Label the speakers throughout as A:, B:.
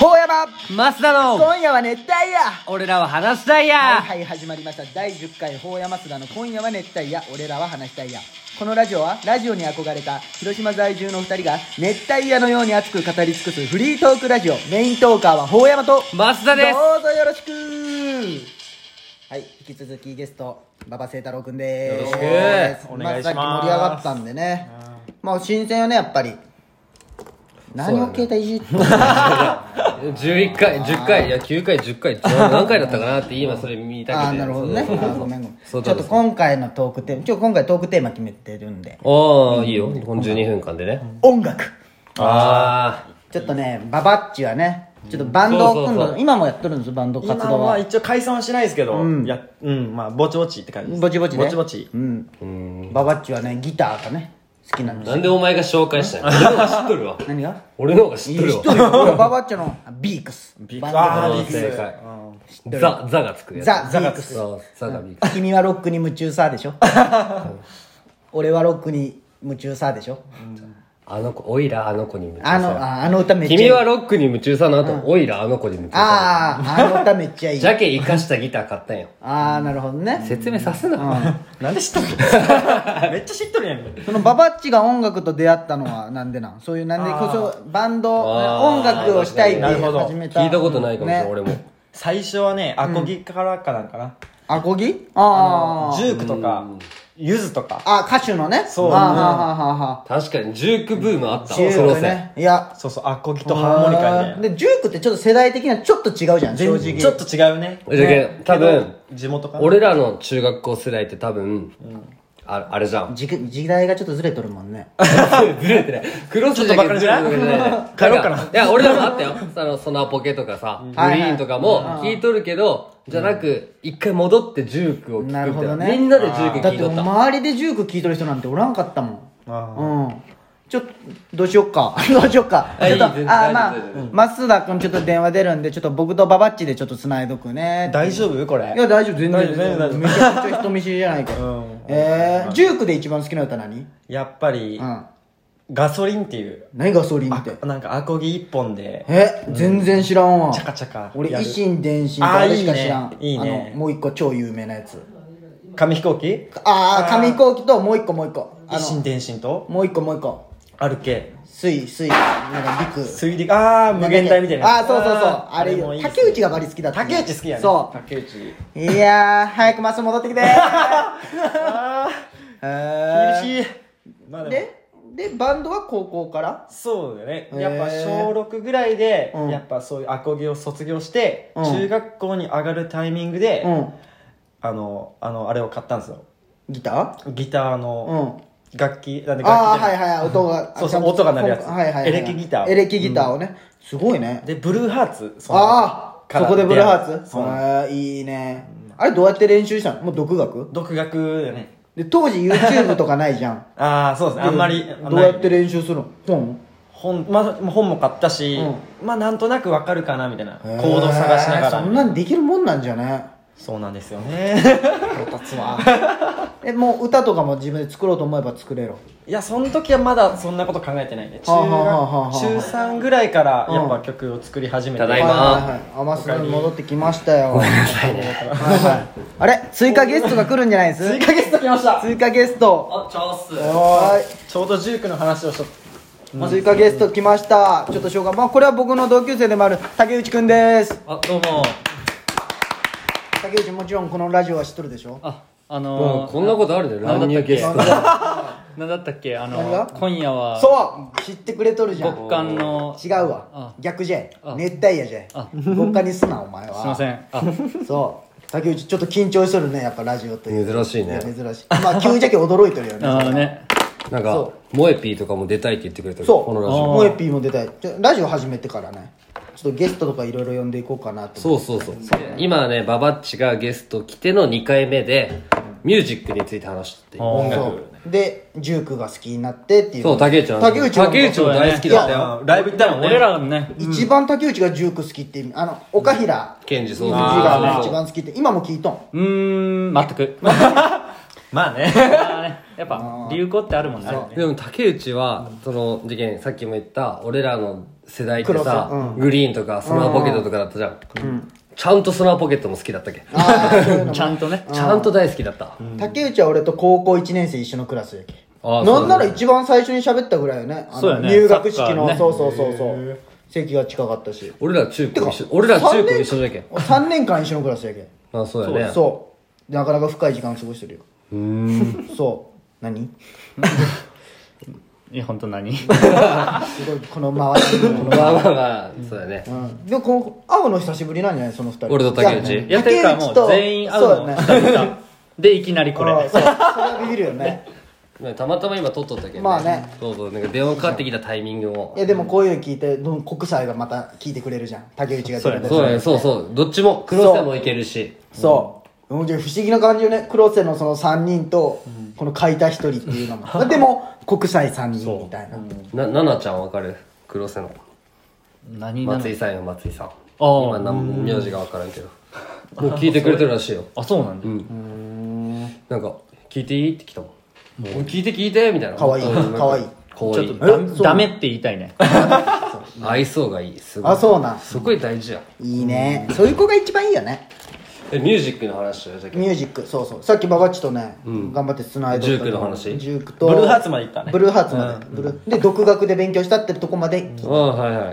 A: ほうやま
B: 増田の
A: 今夜は熱帯夜
B: 俺らは話したい
A: はい
B: や
A: はい始まりました第10回ほうやますだの今夜は熱帯夜俺らは話したいやこのラジオはラジオに憧れた広島在住の2人が熱帯夜のように熱く語り尽くすフリートークラジオメイントーカーはほうやまと
B: 増田です
A: どうぞよろしくはい引き続きゲスト馬場誠太郎くんです
B: よろしく
A: あ
C: お願いします
A: さっき盛り上がったんでねまあ新鮮よねやっぱり何を携帯いじってんの
B: 11回10回いや9回10回何回だったかな って今それ見たけど
A: ああなるほどねあ
B: そうそうそう
A: ーごめんごめんち
B: そ
A: ょっ
B: う
A: と
B: そうそう
A: 今回のトークテーマ今日今回トークテーマ決めてるんで
B: ああいいよこの12分間でね
A: 音楽
B: ああ
A: ちょっとねババッチはねちょっとバンドを組ん
B: そうそう
A: だ今もやってるんですバンド
C: 今
A: 活動
C: は
A: は
C: 一応解散はしないですけど、いやうんまあぼちぼちって感じです
A: ぼちぼちね
C: ぼちぼち
A: うんババッチはねギターがね好きなんですよ
B: なんでお前が紹介したの俺の方が知っとるわ
A: 何が
B: 俺の方が知っと
A: 知
B: る
A: っとるよ俺はババッチョのあビークスバンド
C: あ
B: わ
C: ー
B: う
C: ビ
B: ん
C: ークス
B: 正解
A: てる
B: ザザがつくやつ
A: ザ・ビークス
B: そうザがビーク
A: 君はロックに夢中さでしょ俺はロックに夢中さでしょ
B: あの子おいらあの子に夢中
A: あの
B: さ
A: ああの歌めっちゃいい
B: 君はロックに夢中さの後おいらあの子に夢中さ
A: あああの歌めっちゃいい
B: ジャケ生かしたギター買ったんよ
A: ああなるほどね
B: 説明さすな
C: なんで知っとるめっちゃ知っとるや ん
A: そのババッチが音楽と出会ったのはなんでなんそういうなんでこそバンド
B: あー
A: 音楽をしたいって
C: なるほど
A: 始めた
B: 聞いたことないかもしれない、
A: ね
B: 俺も
C: 最初はねアコギからかなんかな、
A: アコギあ
C: ジュークとかゆずとか
A: ああ歌手のね
C: そ
A: あー
C: う
A: はあはあはあは
B: 確かにジュークブームあっ
A: あ
B: たわ
A: ジュ
B: そ
A: ー
B: の
A: ク
B: せ
A: ねいや
C: そうそうアコギとハーモニカみたいな
A: でジュークってちょっと世代的にはちょっと違うじゃん正直
C: ちょっと違うね
B: いじゃけん多分
C: けど地元かな
B: 俺らの中学校世代って多分、ああれじゃ ん
A: 時時代がちょっとずれとるもんね
B: ずれてないクロスじゃ
C: ちょっとばっかりじゃない
B: ずれてない
C: 帰ろうかな
B: なんいや俺らもあったよそのソナポケとかさ、グリーンとかも聞いとるけど、じゃなく一回戻ってジュークを聞くみ
A: なるほ
B: た
A: ど
B: いな
A: ね
B: みんなでジューク
A: だっ
B: 聞い
A: ても
B: と
A: う
B: った
A: 周りでジューク聞いとる人なんておらんかったもん
C: あ
A: うんちょっとどうしよっか どうしよっか
B: あ
A: ちょっと
B: いい全然
A: あーま
B: 大丈夫大丈
A: あ増田君ちょっと電話出るんでちょっと僕とババッチでちょっとつないどくね
C: 大丈夫これ
A: いや大丈夫全然
C: 大丈夫大丈夫
A: めちゃくちゃ人見知りじゃないか
C: うん
A: えージュークで一番好きな歌何
C: やっぱり、
A: うん
C: ガソリンっていう
A: 何ガソリン
C: あ
A: って
C: なんかアコギ一本で
A: え全然知らんわ
C: チャカチャカ
A: 俺
C: や
A: 維
C: る
A: 新伝心とあれしか知らん
C: あーいいねいいね
A: あのもう一個超有名なやつ
C: 紙飛行機
A: ああ紙飛行機ともう一個もう一個あ
C: 一心
A: の
C: 伝心と
A: もう一個もう一個
C: 歩け
A: 水水なんか陸
C: 水陸ああ無限大みたいな
A: あーそうそうそうあれ
C: もいいっすね
A: 竹内がバリ好きだったね
C: 竹内好きやね
A: そ
C: 竹内
A: ういやー早くマス戻ってき て
C: あ
A: え
C: あ厳しいまあ
A: ー
C: でも
A: ででバンドは高校から
C: そうだね
A: へー
C: やっぱ小6ぐらいで
A: うん
C: やっぱそういうアコギを卒業して
A: うん
C: 中学校に上がるタイミングで
A: うん
C: あのあのあれを買ったんですよ
A: ギタ
C: ギター
A: ー
C: の
A: うん
C: 楽器なんで
A: ああ
C: 楽器じ
A: はい
C: ゃない
A: はいはい音が
C: そうそう音が鳴るやつ
A: はいはいはい
C: エレキギター
A: エレキギターをねすごいね
C: でブルーハーツその
A: ああ
C: か
A: そ
C: ら
A: こでブルーハーツ
C: そう
A: あーいいねあれどうやって練習したのもう独学
C: 独学だよね
A: で当時 YouTube とかないじゃん
C: ああそうですねあんまり
A: どうやって練習するの本
C: 本,、まあ、本も買ったし、
A: う
C: まあなんとなくわかるかなみたいなコードを探しな
A: へ
C: が
A: ー
C: ら
A: そんなんできるもんなんじゃね
C: そうなんですよね
A: 腹立つわ えもう歌とかも自分で作ろうと思えば作れろ
C: いやその時はまだそんなこと考えてないね中
A: はあはあはあはあ
C: 学中3ぐらいから
A: うん
C: やっぱ曲を作り始めて、
B: ただいま
A: はいはい、甘すに戻ってきましたよはいはいあれ追加ゲストが来るんじゃないです
C: 追加ゲスト来ました
A: 追加ゲスト
B: あチャンス
A: はい
C: ちょうどジュークの話をしとっ
A: 追加ゲスト来ましたちょっと紹介まあこれは僕の同級生でもある竹内くんです
D: あどうも
A: 竹内もちろんこのラジオは知っとるでしょ
D: ああ
B: うん
D: のー
B: こんなことあるで
D: なんだった
B: 乱入
D: っけ
B: ゲスト
D: 何だったっけあ
A: 何
D: の
A: が
D: ー今夜は
A: そう知ってくれとるじゃん
D: 極寒のす
A: 違うわ
D: あ
A: 逆じゃい
D: あ
A: 熱帯夜じゃい極寒にすなお前はい
D: ませんあ
A: そう竹内ちょっと緊張しとるねやっぱラジオという
B: 珍しい
A: いや
B: ね
A: 珍しいまあ急じゃけ驚いてるよね
D: あのね
B: なんかモエピーとかも出たいって言ってくれたけど
A: そう
B: このラジオ
A: もうエピーも出たいちょラジオ始めてからねちょっとゲストとかいろいろ呼んでいこうかなと
B: そうそうそう今ねババッチがゲスト来ての2回目でミュージックについて話してて
C: 音楽
A: そうでジュークが好きになってっていう
B: そう竹内の
A: 竹内は
B: 竹内も大好きだったよ
C: たライブ行った
D: で
C: の
D: も
C: ね
D: 俺らのね
A: 一番竹内がジューク好きって意味あの岡平
B: ケンジそう
A: 字
B: そう
A: がね
B: そ
A: 一
B: うそう
A: 番好きって今も聞いとん
D: うーん全く
C: まあね。
D: あーねやっぱ流行ってあるもんね
A: そう
B: でも竹内は、その事件さっきも言った俺らの世代って
A: 黒さ
B: さ、
A: うん
B: グリーンとかスマーポケットとかだったじゃん、ちゃんとスマーポケットも好きだったっけち
A: あーそういうのも
D: ちゃんとね
B: ゃんと大好きだった、
A: 竹内は俺と高校1年生一緒のクラスやけ
B: あ
A: な
B: ー
A: んなら
B: そうだね
A: 一番最初に喋ったぐらいよねあの
D: そうやね
A: 入学式
D: サッカ
A: の、
D: ーね
A: そうそうそうそう席が近かったし
B: 俺ら中高一緒俺ら中高一緒じゃんけん
A: 3年間一緒のクラスやけ
B: あそうだよね
A: そうなかなか深い時間過ごしてるよ そう何
D: いや本当何
A: すごいこの回しのこの
B: まあまあまあそうだね、
A: うんでもこの会うの久しぶりなんじゃないその二人
B: 俺と竹内
A: じゃあね
D: いやっていうかもう
A: 竹内と
D: 全員会う
A: そう
D: の
A: だね
D: 久 々でいきなり こ
A: うん
D: れ
A: そうそれはビビるよね
B: ねたまたま今撮っとったけど、ね、
A: まあね
B: そうそうなんか電話かかってきたタイミングも
A: いやでもこういうの聞いてどん国際がまた聞いてくれるじゃん竹内が出てくれた
B: そうだねそうそうどっちも黒瀬もいけるし
A: そう、うん、不思議な感じよね黒瀬のその3人と、この書いた1人っていうのもでも国際3人みたいな、
B: な奈々ちゃんわかる黒瀬の
D: 何々
B: 松井さんよ松井さん
D: ー
B: 今何名字がわからんけどもう聞いてくれてるらしい よ
D: あそうなんだ
B: なんか「聞いていい?」って来たもんもう聞いて聞いてみたいな
A: かわいい
B: うん
A: かわいい
B: かわい
D: ちょ
B: い
D: っとダダメって言いたいね
B: 愛想がいいすごい
A: あそうなん
B: すごい大事やん
A: いいねそういう子が一番いいよね
B: えミュージックの話だよじゃあ
A: ミュージックそうそうさっきババッチとね、頑張ってつないで
B: ジュークの話
A: ジュークと
C: ブルーハーツまで行ったね
A: ブルーハーツまで、ブルーで独学で勉強したってとこまで
B: ああはいは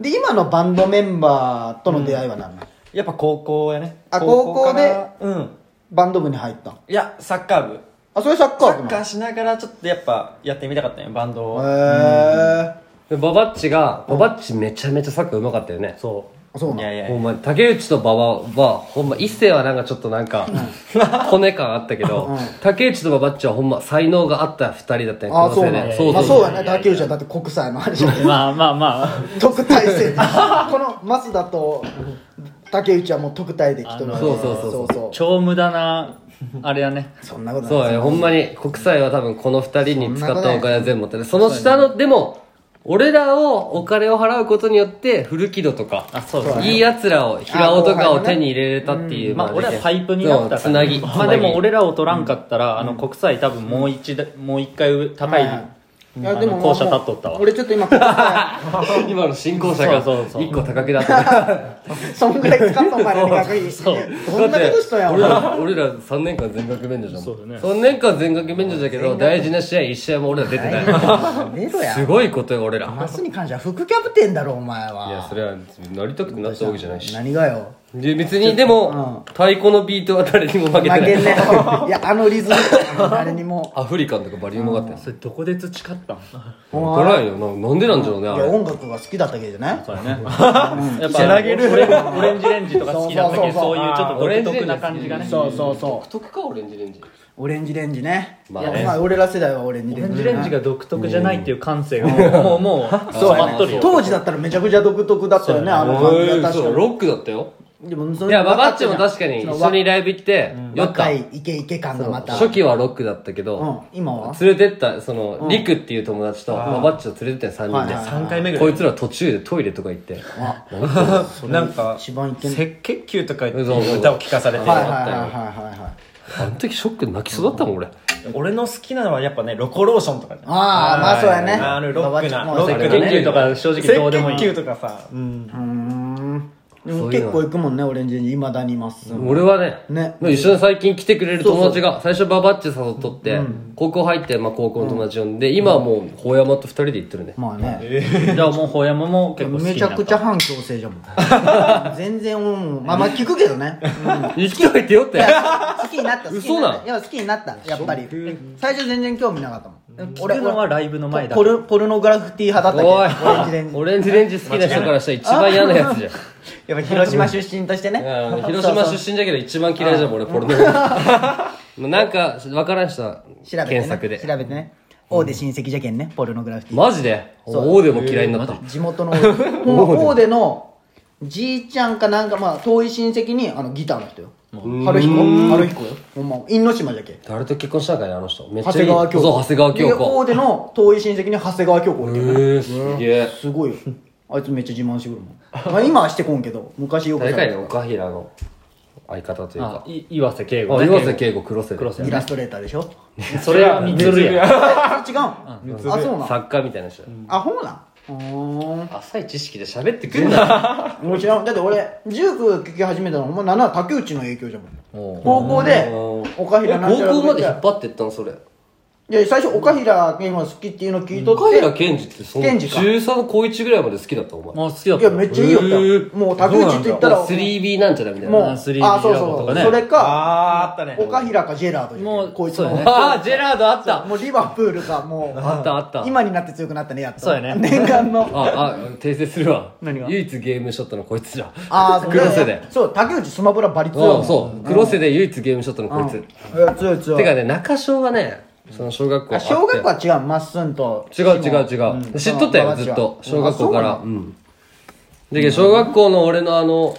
B: い
A: で今のバンドメンバーとの出会いは何なの、
C: やっぱ高校やね。
A: あ高校で
C: からうん。
A: バンド部に入ったの
C: いや、サッカー部。
A: あそれサッカ
C: サ
A: ー部
C: ッ
A: な
C: カ
A: の
C: ーしながらちょっとやっぱやってみたかったね、バンドを。
A: へ
B: でババッチがババッチめちゃめちゃサッカーうまかったよね
C: そ
A: えそう
C: い
A: な
C: や
A: の
C: いや
B: ほ。んま竹内と馬場はほんま一世はなんかちょっとなんか骨感あったけど、竹内と馬場っちはほんま才能があった二人だったん
A: あそうな
B: ね
A: の
B: そう
A: ま
B: そ
A: あ
B: う
A: そう
B: そう
A: やね卓球じゃだって国際のあれじゃん
D: まあまあまあ
A: 特待生 この増田と竹内はもう特待で来とるわけ
B: あのそうそうそうそう
A: そうそう
D: 超無駄なあれだね
A: そんなこと
B: そう
A: ない
B: やねほんまに国際は多分この二人に使ったお金は全部持ってるその下のでも俺らをお金を払うことによって古木戸とか
D: あそうですね
B: いいやつらを平尾とかを手に入れれたっていう
D: まあ
B: で
D: 俺らパイプになったか
B: そ
D: ら
B: うつな
D: ね
B: ぎ
D: まあで も俺らを取らんかったらあの国際多分もう一だもう一回上高い
A: い
D: あの校舎立っとったわ
A: 俺ちょっと今国際
B: 今の新校舎が
D: そうそうそう
B: 一個高くなった
A: そんぐらい使ったお前らの学費
D: そう
A: どんなことしたんや
B: 俺
A: ろ
B: ら俺ら3年間全額免除じゃん
D: そうだね
B: 3年間全額免除だけど大事な試合1試合も俺ら出てない
A: 寝ろや
B: すごいことよ俺ら
A: マスに関しては副キャプテンだろお前はい
B: やそれはなりたくてなったわけじゃないし
A: 何がよ
B: で別にでも太鼓のビートは誰にも負
A: 負
B: け
A: け
B: てなんい
A: ねいやあのリズム誰にも
B: アフリカンとかバリウムがあったよ
D: それどこで培ったん
B: 分からんよななんでなんじゃろうね
A: い
B: あ
A: や
B: れ
A: 音楽が好きだったわけじゃない
D: そうだねやっぱオレンオレンジレンジとか好きだったけど
A: そ
D: そ
A: うそうそう
D: ういう ちょっと独特な感じがね
A: そうそうそう
B: 独特かオレンジレンジ
A: オレンジレンジね
B: ま
A: ま
B: あ
A: あ
B: ね
A: 俺ら世代はオレンジ
D: オ
A: レ
D: レ
A: ン
D: ン
A: ジ
D: ジレンジが独特じゃないっていう感性がもう もう染まっとるよ
A: 当時だったらめちゃくちゃ独特だったよねあの感
B: お
A: じ
B: い
A: は確
B: そう
A: か
B: ロックだったよ
A: にでもそ
B: い
A: れ
B: やババッチも確かに一緒にライブ行って酔った
A: 若いイケイケ感がまた
B: 初期はロックだったけ
A: うん
B: ど
A: 今は
B: 連れてったそのリクっていう友達とババッチを連れてったよ3人で
A: はいはい
C: 3回目ぐら
B: こ
C: い。
B: いつら途中でトイレとか行って
A: あ
C: なんか、
A: 一番イケメン
C: 赤血球とか言
B: そうそう
C: って歌を聴かされて。
A: はいはいはいはいはい
B: あの時ショックで泣きそうだったもん俺
C: 俺の好きなのはやっぱね、ロコローションとかね。
A: ああまあそうやね
C: あのロックな
A: ババッチも
C: ロック
D: 研究とか正直どうでもい
C: 赤
D: い
C: 血球とかさ、うん。
A: でも結構行くもんねオレンジレンジいまだにいます
B: 俺はね
A: ね
B: もう一緒に最近来てくれる友達が最初ババッチ誘っとって高校入ってまあ高校の友達呼んで今はもう法山と二人で行ってるね
A: まあね
D: じゃあもうほやまも結構好き
A: め
D: に
A: ち
D: な
A: ゃ
D: った
A: くちゃ反強制じゃも ん全然もうまあまあ聞くけどねうん
B: 生きといてよ って
A: 好きになった好き
B: 嘘
A: にな
B: な
A: っ
B: ん
A: たやっぱ好きになったやっぱり最初全然興味なかったもん
D: 聞くのはライブの前だ
A: ポルポルノグラフィティ派だったけど
B: おい
A: オレンジレンジ
B: オレンジレンジ好きな人からしたら一番嫌なやつじゃん
A: やっぱ広島出身と してね
B: うん広島出身だけど一番嫌いじゃん俺ポルノ なんか分からん人は
A: 調べてね
B: 検索で
A: 調べてね大手親戚じゃけんねポルノグラフィティ
B: マジで王でも嫌いになった
A: 地元 の大手のじいちゃんかなんかまあ遠い親戚にあのギターの人よ春彦春彦よほんま因島じゃけん
B: 誰と結婚したんかねあの人めっちゃ
A: 長
B: いい
A: 谷川京子
B: そう長谷川京
A: で
B: 子
A: 大手の遠い親戚に長谷川京子おるけんね
B: へえすげえ
A: すごいよあいつめっちゃ自慢してくるもん、まあ、今はしてこんけど昔よく
B: 誰
A: さ
B: かいね岡平の相方という
D: あ
B: か
D: い岩瀬敬
B: あ
D: 吾ね
B: 岩瀬敬吾黒瀬
D: 黒瀬
A: イラストレーターでし ょ
D: それはみつるや
A: あ違うん、あそうなん
B: 作家みたいな人
A: あほうなんうーん
D: 浅い知識で喋ってくんな
A: もう知らんだって俺19聞き始めたのほんま7は竹内の影響じゃもん
D: も
A: 高校で岡
B: え
A: 平なんちゃら
B: 高校まで引っ
A: い
B: 張ってったのそれ
A: や最初岡平健が好きっていうの聞いとって
B: 岡平健二ってその
A: 健二か
B: 中3高1ぐらいまで好きだったお
D: う
B: 前
D: もう好きだっ
A: い
D: た
A: やめっちゃいいよって、
B: へー
A: もう竹内って言ったらもう
B: 3B なんちゃらみたい
A: もう
B: な
A: あそう
D: 3D
A: そう
D: ラボ
A: そ
D: と
A: う
D: かね
A: それか
C: あーあったね
A: 岡平かジェラードじゃん
D: もう
A: こいつの
D: そうやね
B: ああジェラードあった
A: もうリバプールかもう
B: あったあった
A: 今になって強くなったねやっと
D: そうやね
A: 念願 の
B: ああ訂正するわ
A: 何が
B: 唯一ゲームショットのこいつじゃん
A: ああ
B: 黒瀬で
A: そう竹内スマブラバリ強い
B: うんそう黒瀬で唯一ゲームショットのこいつ
A: いや強い強い
B: てかね中小がねその小学校あ
A: あ
B: って
A: 小学校は違うまっすんと
B: 違う違う違う知っとった
A: まあ
B: よずっ
A: ま
B: と
A: あ
B: 小学校から
A: あそううん
B: で小学校の俺のあの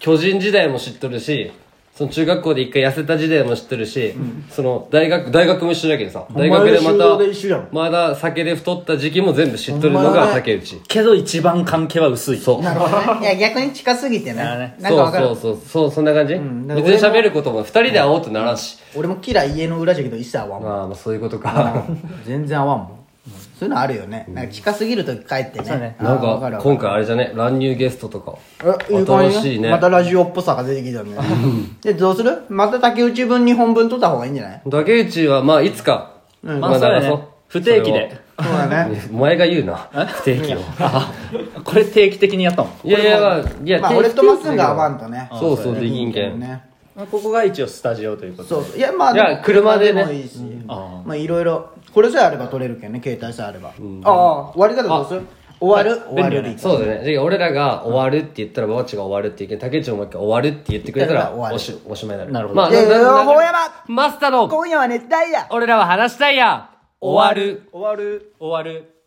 B: 巨人時代も知っとるしその中学校で一回痩せた時代も知っとるし、その大学大学も一緒だけどさ大学でま
A: お前の修
B: た
A: 道で一緒やん
B: まだ酒で太った時期も全部知っとるの
A: お前
B: が
A: ね
B: 竹内
D: けど一番関係は薄い
B: そう
A: なるほどねいや逆に近すぎてね
D: なる
A: なんかわかる
B: そうそうそうそうそんな感じ、
A: んだか
B: 別
A: ら
B: に喋ることも二人で会おうとならんし、
A: 俺もキラ家の裏じゃけど一切合わんもん
B: まあまあそういうことか、
A: 全然合わんもんそういうのあるよねなんか近すぎると帰って
D: そうね
A: ねあー
B: なん
A: わる
B: か
A: わる
B: 今回あれじゃね乱入ゲストとか
A: えいい感じ
B: 新しいね
A: またラジオっぽさが出てきたねでどうするまた竹内分2本分取った方がいいんじゃない
B: 竹内はまあいつか、
A: うん
D: まあそうやね
B: 流そう
D: 不定期で
A: そうだね
B: お前が言うな不定期を
D: これ定期的にやったもん
B: いやいやまあいや
A: まあ
B: 定期
A: 俺とマッスンが合わんとね
B: そうそうできんけん
A: ね
D: ここが一応スタジオということで
A: そうそういやまあ
B: いや
A: でも
B: 車でね
A: もいいし
D: あ
A: まあいろいろこれさえあれば取れるけんね携帯さえあればああ終わり方どうする終わる終わるでいい
B: そうだねじゃあ俺らが終わるって言ったらババッチが終わるって言うけん竹内ももう一回終わるって言ってくれた
A: だからら終わる
B: おしおしまいになる
D: なるほど
B: まあ
A: いやいや
B: なな
A: 大山
B: マスターの
A: 今夜は熱帯夜
B: 俺らは話したいや終わる
D: 終わる終わる